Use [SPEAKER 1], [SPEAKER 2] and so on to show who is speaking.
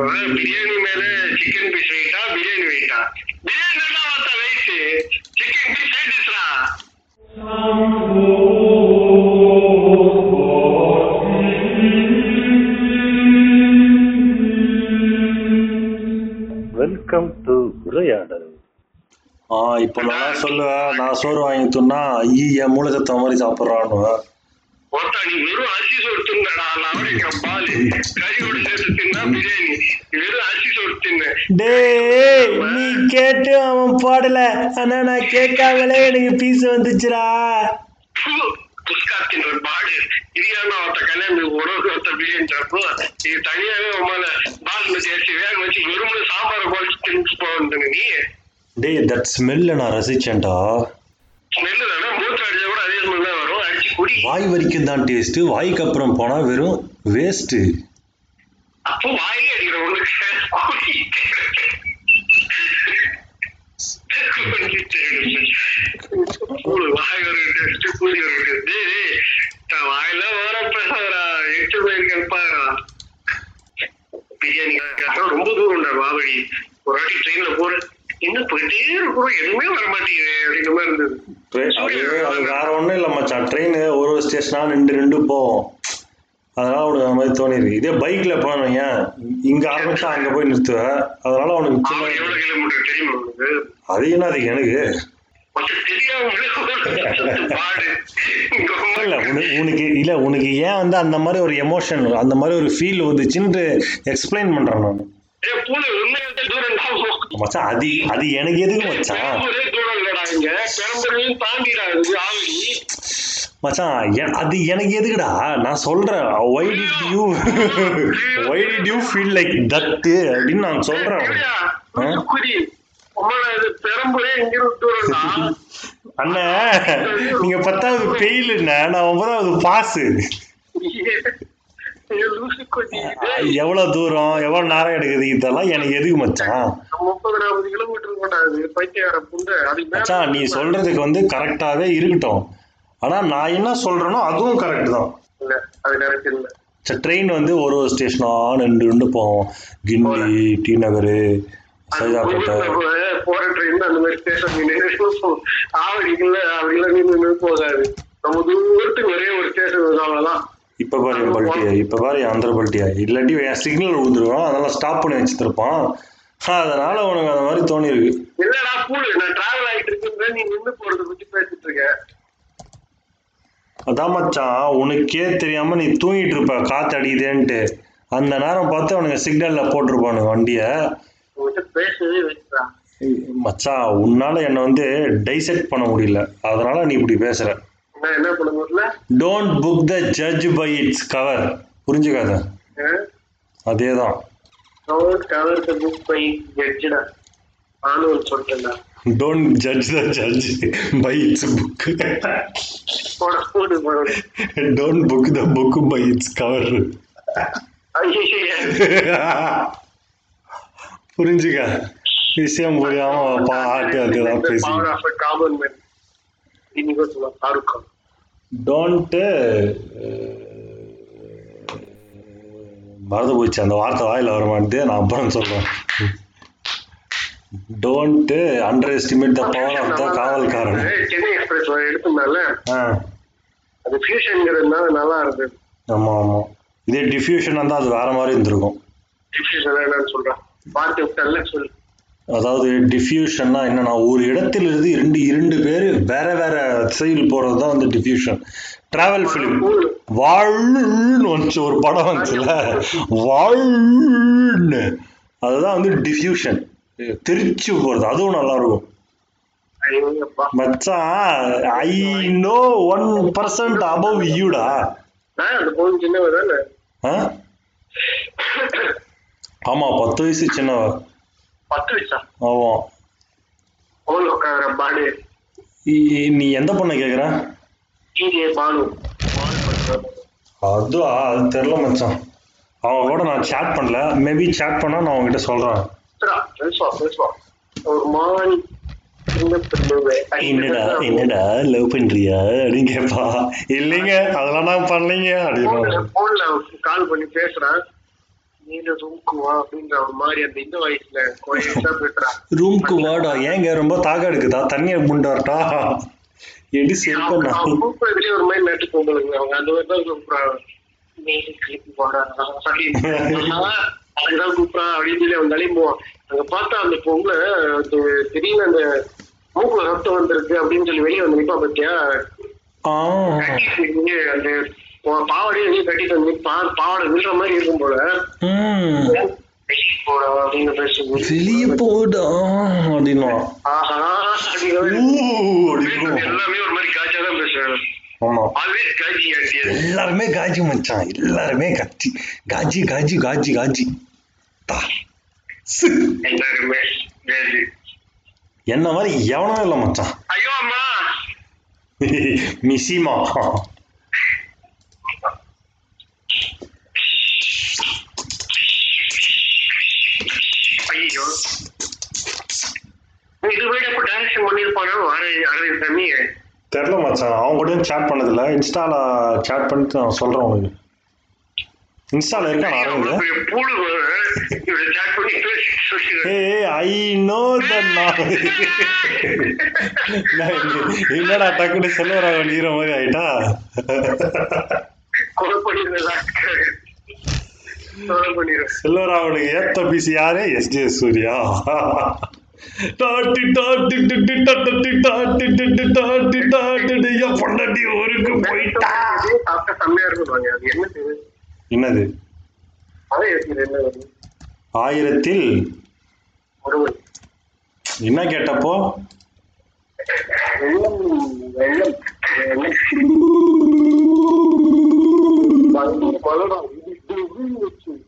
[SPEAKER 1] அதாவது பிரியாணி மேல chicken piece வெயிட்டா பிரியாணி வெயிட்டா பிரியாணி தான் பார்த்தா வெயிட் சிக்கன் பீஸ் வெயிட்ஸ்ரா
[SPEAKER 2] வெல்கம் டு உரையாடல்
[SPEAKER 3] ஆ இப்போ நான் சொல்லுவேன் நான் சோறு வாங்கி தூண்ணா ஐ என் மூலகத்தை மாதிரி சாப்பிட்றான்னுவேன்
[SPEAKER 1] ஒருத்தா நீ வெறும் அரிசி சோறு தின்னடா லவரைக்கா பால் கறியோட சேர்த்து தின்னா பிரியாணி நீ வெறும் அரிசி சோறு தின்னு
[SPEAKER 4] டேய் நீ கேட்டு அவன் போடல ஆனா நான் கேட்காமலே எனக்கு பீஸ் வந்துச்சுடா
[SPEAKER 1] புஷ்காத்தின் ஒரு பாடு இரியான ஒருத்த கல்யாணம் உறவு ஒருத்த பிரியாணி சாப்பிடும் இது தனியாவே உமால பாஸ்மதி அரிசி வேக வச்சு வெறும்னு சாம்பாரை குறைச்சி தின்னு போகணும் நீ
[SPEAKER 3] டேய் தட் ஸ்மெல்லை நான் ரசிச்சேன்டா
[SPEAKER 1] ஸ்மெல்லு தானே மூச்சு அடிச்சா கூட அதே ஸ்மெல் தான் வரும் அடிச்சு குடி
[SPEAKER 3] வாய் வரைக்கும் தான் டேஸ்ட்டு வாய்க்கு அப்புறம் போனால் வெறும் வேஸ்ட்டு
[SPEAKER 1] அப்போ வாயிலே அடிக்கிற உனக்கு குடி வாய் ஒரு டெஸ்ட் கூலி ஒரு டெஸ்ட் வாயில வர பேசுறா எட்டு பேர் கேட்பாரா பிரியாணி கடைக்காரன் ரொம்ப தூரம்டா வாவடி ஒரு வாட்டி ட்ரெயின்ல போறேன் என்ன போயிட்டே இருக்கிறோம் எதுவுமே வர மாட்டேங்குது அப்படின்ற மாதிரி இருந்தது
[SPEAKER 3] ட்ரெயின் அது அது வேற ஒன்றும் இல்லை மச்சான் ட்ரெயின் ஒரு ஒரு ஸ்டேஷனாக ரெண்டு ரெண்டு போகும் அதனால உனக்கு அந்த மாதிரி தோணிருக்கு இதே பைக்கில் போனவங்க இங்கே ஆரம்பிச்சா அங்கே போய் நிறுத்துவேன் அதனால உனக்கு
[SPEAKER 1] அவன்
[SPEAKER 3] சின்ன
[SPEAKER 1] எவ்வளவு கிலோமீட்டர் தெரியுமா உனக்கு
[SPEAKER 3] அது என்ன அது எனக்கு
[SPEAKER 1] உனக்கு தெரியாமலே ஒரு பாடு இங்க உமா-
[SPEAKER 3] இல்லை உனக்கு உனக்கு இல்லை உனக்கு ஏன் வந்து அந்த மாதிரி ஒரு எமோஷன் அந்த மாதிரி ஒரு ஃபீல் வந்துச்சுன்ட்டு எக்ஸ்பிளைன் பண்ணுறேன் நான்
[SPEAKER 1] ஏய், பூனை உண்மையிலே தூரம் தான் போகும்.
[SPEAKER 3] மச்சான் அது அது எனக்கு எதுக்கு மச்சான்
[SPEAKER 1] பெரம்பூரே தூரம் இல்லடா இங்க. பெரம்பூரையும் தாண்டிடா இது ஆவடி.
[SPEAKER 3] மச்சான் எ- அது எனக்கு எதுக்குடா நான் சொல்றேன் why did you why did you feel like that அப்படின்னு நான் சொல்றேன்
[SPEAKER 1] எப்படியா?
[SPEAKER 3] ஆ?
[SPEAKER 1] தூத்துக்குடி. உமால இது பெரம்பூரே இங்கிருந்து தூரம்டா.
[SPEAKER 3] அண்ணா நீங்க பத்தாவது பெயிலுண்ண நான் ஒன்பதாவது பாஸ்
[SPEAKER 1] ஏய், லூசு குட்டி. ஏய்,
[SPEAKER 3] எவ்வளவு தூரம் எவ்வளவு நேரம் எடுக்குது இதெல்லாம் எனக்கு எதுக்கு மச்சான்
[SPEAKER 1] முப்பது நாற்பது கிலோமீட்டர் இருக்கும்டா இது. பைத்தியக்கார புண்டை. அதுக்கு மேல
[SPEAKER 3] மச்சான் நீ சொல்றதுக்கு வந்து கரெக்டாவே இருக்கட்டும் ஆனா நான் என்ன சொல்றேனோ அதுவும் கரெக்ட் தான்
[SPEAKER 1] இல்ல, அது correct இல்ல.
[SPEAKER 3] ட்ரெயின் வந்து ஒரு ஒரு ஸ்டேஷனா ரெண்டு ரெண்டு போவோம் கிண்டி டி நகர்
[SPEAKER 1] அது
[SPEAKER 3] சைதாப்பேட்டை
[SPEAKER 1] போகும்போது போற train அந்த மாதிரி station நீ நின்னு போ. ஆவடிக்குள்ள அப்படிலாம் நின்னு நின்னு போகாது. நம்ம தூரத்துக்கு ஒரே ஒரு ஸ்டேஷன் அவ்வளவுதான்
[SPEAKER 3] இப்ப பாரு என் பல்ட்டியா இப்ப பாரு என் ஆந்திர பல்ட்டியா இல்லாட்டி என் சிக்னல் விழுந்துருவான் அதெல்லாம் ஸ்டாப் பண்ணி வச்சிருப்பான் அதனால உனக்கு அந்த மாதிரி தோணிருக்கு
[SPEAKER 1] இல்லடா கூடு நான் டிராவல் ஆயிட்டு இருக்கேன் நீ நின்னு போறத பத்தி பேசிட்டு இருக்க
[SPEAKER 3] அதான் மச்சான் உனக்கே தெரியாம நீ தூங்கிட்டு இருப்ப காத்து அடிக்குதேன்ட்டு அந்த நேரம் பார்த்து அவனுக்கு சிக்னல்ல போட்டிருப்பானுங்க வண்டிய
[SPEAKER 1] உங்ககிட்ட பேசவே வச்சுறான்
[SPEAKER 3] மச்சான் உன்னால என்னை வந்து டைசெக்ட் பண்ண முடியல அதனால நீ இப்படி பேசுற
[SPEAKER 1] நான் என்ன பண்ண முடியல
[SPEAKER 3] don't book the judge by its cover புரிஞ்சுக்காத அதேதான்
[SPEAKER 1] கவர் கவர்த்த புக் பை ஜட்ஜுடா நானும் ஒன்று சொல்லிட்டேன்டா
[SPEAKER 3] don't judge the judge by its book
[SPEAKER 1] போட கூடு போடு
[SPEAKER 3] don't book the book by its cover
[SPEAKER 1] ஐயே,
[SPEAKER 3] புரிஞ்சுக்க விஷயம் புரியாம பாட்டு அதுதான் பேசி
[SPEAKER 1] Power of a common man. இன்னைக்கு ஒரு சொல்லுவான், ஷாருக் கான்.
[SPEAKER 3] டோன்ட்டு மறந்து போச்சு அந்த வார்த்தை வாயில வர மாட்டேது நான் அப்புறம் சொல்றேன் uh, don't underestimate the power of the காவல்காரன்
[SPEAKER 1] ஏய், சென்னை எக்ஸ்பிரஸ் எடுத்துனால
[SPEAKER 3] ஆ
[SPEAKER 1] அது ஃபியூஷன்ங்கிறதுனால நல்லா இருந்தது
[SPEAKER 3] ஆமா ஆமா இதே டிஃப்யூஷன் இருந்தால் அது வேற மாதிரி இருந்திருக்கும்
[SPEAKER 1] ஃபியூஷன் என்னன்னு சொல்றான் பார்த்து விட்டல சொல்லு
[SPEAKER 3] அதாவது டிஃப்யூஷன்னா என்னன்னா ஒரு இடத்திலிருந்து இரண்டு இரண்டு பேர் வேற வேற திசையில் போறது தான் வந்து டிஃப்யூஷன் டிராவல் ஃபிலிம்
[SPEAKER 1] கூடு
[SPEAKER 3] வாழ்ன்னு வந்துச்சு ஒரு படம் வந்துச்சுல வாழ்ன்னு அதுதான் வந்து டிஃப்யூஷன் திருச்சி போறது அதுவும் நல்லா இருக்கும்
[SPEAKER 1] ஐயோப்பா
[SPEAKER 3] மச்சான் I know one percent above யூடா
[SPEAKER 1] ஆ, அந்த பொண்ணு சின்னவ தானே
[SPEAKER 3] ஆமா பத்து வயசு சின்னவ
[SPEAKER 1] பத்து வயசா
[SPEAKER 3] ஆமா
[SPEAKER 1] அவன் உட்கார பாடு
[SPEAKER 3] இ- நீ எந்த பொண்ணை கேக்குற
[SPEAKER 1] டிஜே பானு பானு பண்றான்.
[SPEAKER 3] அதுவா அது தெரியல மச்சான் அவங்க கூட நான் சேட் பண்ணல மேபி சேட் பண்ணா நான் உங்ககிட்ட சொல்றேன்
[SPEAKER 1] சுத்தரா, பேசுவா பேசுவா ஒரு மாதிரி சின்ன பிள்ளைவே.
[SPEAKER 3] என்னடா என்னடா லவ் பண்றியா அப்படின்னு கேட்பா இல்லைங்க அதெல்லாம் நான் பண்ணலைங்க அப்படின்னு
[SPEAKER 1] போன்ல- போன்ல கால் பண்ணி பேசுறான் நீல ரூம்க்கு வா அப்படின்ற ஒரு மாதிரி அந்த இந்த வயசுல குறையா பேசுறான்
[SPEAKER 3] ரூம்க்கு வாடா ஏங்க ரொம்ப தாகம் எடுக்குதா தண்ணியை முண்டாட்டா எடி செல்பண்ணா
[SPEAKER 1] அவன் கூப்பிடுறதுலயே ஒரு மாதிரி நட்டு பொங்கலுங்க அவங்க அந்த மாதிரி தான் கூப்பிடுறாங்க மேலே கிளப்பி போடா அப்படி அதுதான் கூப்பிடுறான் அப்படின்னு சொல்லி அவன் நலிம்புவான் அங்க பார்த்தா அந்த பொங்கல அந்த திடீர்னு அந்த மூக்குல ரத்தம் வந்திருக்கு அப்படின்னு சொல்லி வெளியே வந்து நிப்பா பாத்தியா
[SPEAKER 3] ஆ
[SPEAKER 1] கட்டி இங்க அந்த பாவாடையே வெளியே கட்டிட்டு வந்து பா- பாவாடை விழுற மாதிரி இருக்கும் போல
[SPEAKER 3] ம்
[SPEAKER 1] வெளியே போடா அப்படின்னு
[SPEAKER 3] வெளிய
[SPEAKER 1] பேசுவோம்
[SPEAKER 3] போடா அப்படின்னா
[SPEAKER 1] ஆஹா அப்படிங்கிற மாதிரி.
[SPEAKER 3] அப்படின்னா
[SPEAKER 1] எல்லாமே ஒரு மாதிரி காய்ச்சா தான் பேசுவேன்
[SPEAKER 3] ஆமா
[SPEAKER 1] ஆல்வேஸ் காய்ச்சி ஆக்டியது
[SPEAKER 3] எல்லாருமே காஜி மச்சான் எல்லாருமே காஜி காஜி காஜி காஜி காஜி தா. சு.
[SPEAKER 1] எல்லாருமே வேறு.
[SPEAKER 3] என்ன மாதிரி எவனும் இல்லை மச்சான்
[SPEAKER 1] ஐயோ அம்மா
[SPEAKER 3] மிசிமா
[SPEAKER 1] ஐயோ இது வீட அப்ப டான்ஸ் பண்ணிருப்பானோ அரவிந்த் சாமி
[SPEAKER 3] தெரில மச்சான் அவங்க கூட சேட் பண்ணதில்ல இன்ஸ்டால சேட் பண்ணிட்டு நான் சொல்றேன் உங்களுக்கு இன்ஸ்டால இருக்கான்
[SPEAKER 1] அவ்வளவு
[SPEAKER 3] அரவிந்த்
[SPEAKER 1] பெரிய பூடு இவரை chat பண்ணி பேசி சொல்லிடுறாரு.
[SPEAKER 3] ஏ ஐ நோ த என்னடா டக்குன்னு சொல்ல வராங்க நீர மாதிரி ஆயிட்டா
[SPEAKER 1] கொலை பண்ணிடுறதா? கொலை பண்ணிடுறேன்.
[SPEAKER 3] செல்வராவனுக்கு ஏத்த பிசி யாரு எஸ் ஜே சூர்யா டாட்டி டாட்டி டிட்டி டாட்டி டாட்டி டிட்டி டாட்டி டாட்டி டியா பொண்டாட்டி ஊருக்கு போயிட்டா
[SPEAKER 1] சாப்பிட்டா செம்மையா இருக்கும்பாங்க. அது என்ன இது?
[SPEAKER 3] என்னது
[SPEAKER 1] அதான் இருக்குது என்ன இது?
[SPEAKER 3] ஆயிரத்தில்
[SPEAKER 1] முருகன்.
[SPEAKER 3] என்ன கேட்டப்போ
[SPEAKER 1] வெள்ளம், வெள்ளம், வெள்ளம். பலரும், பலரும்.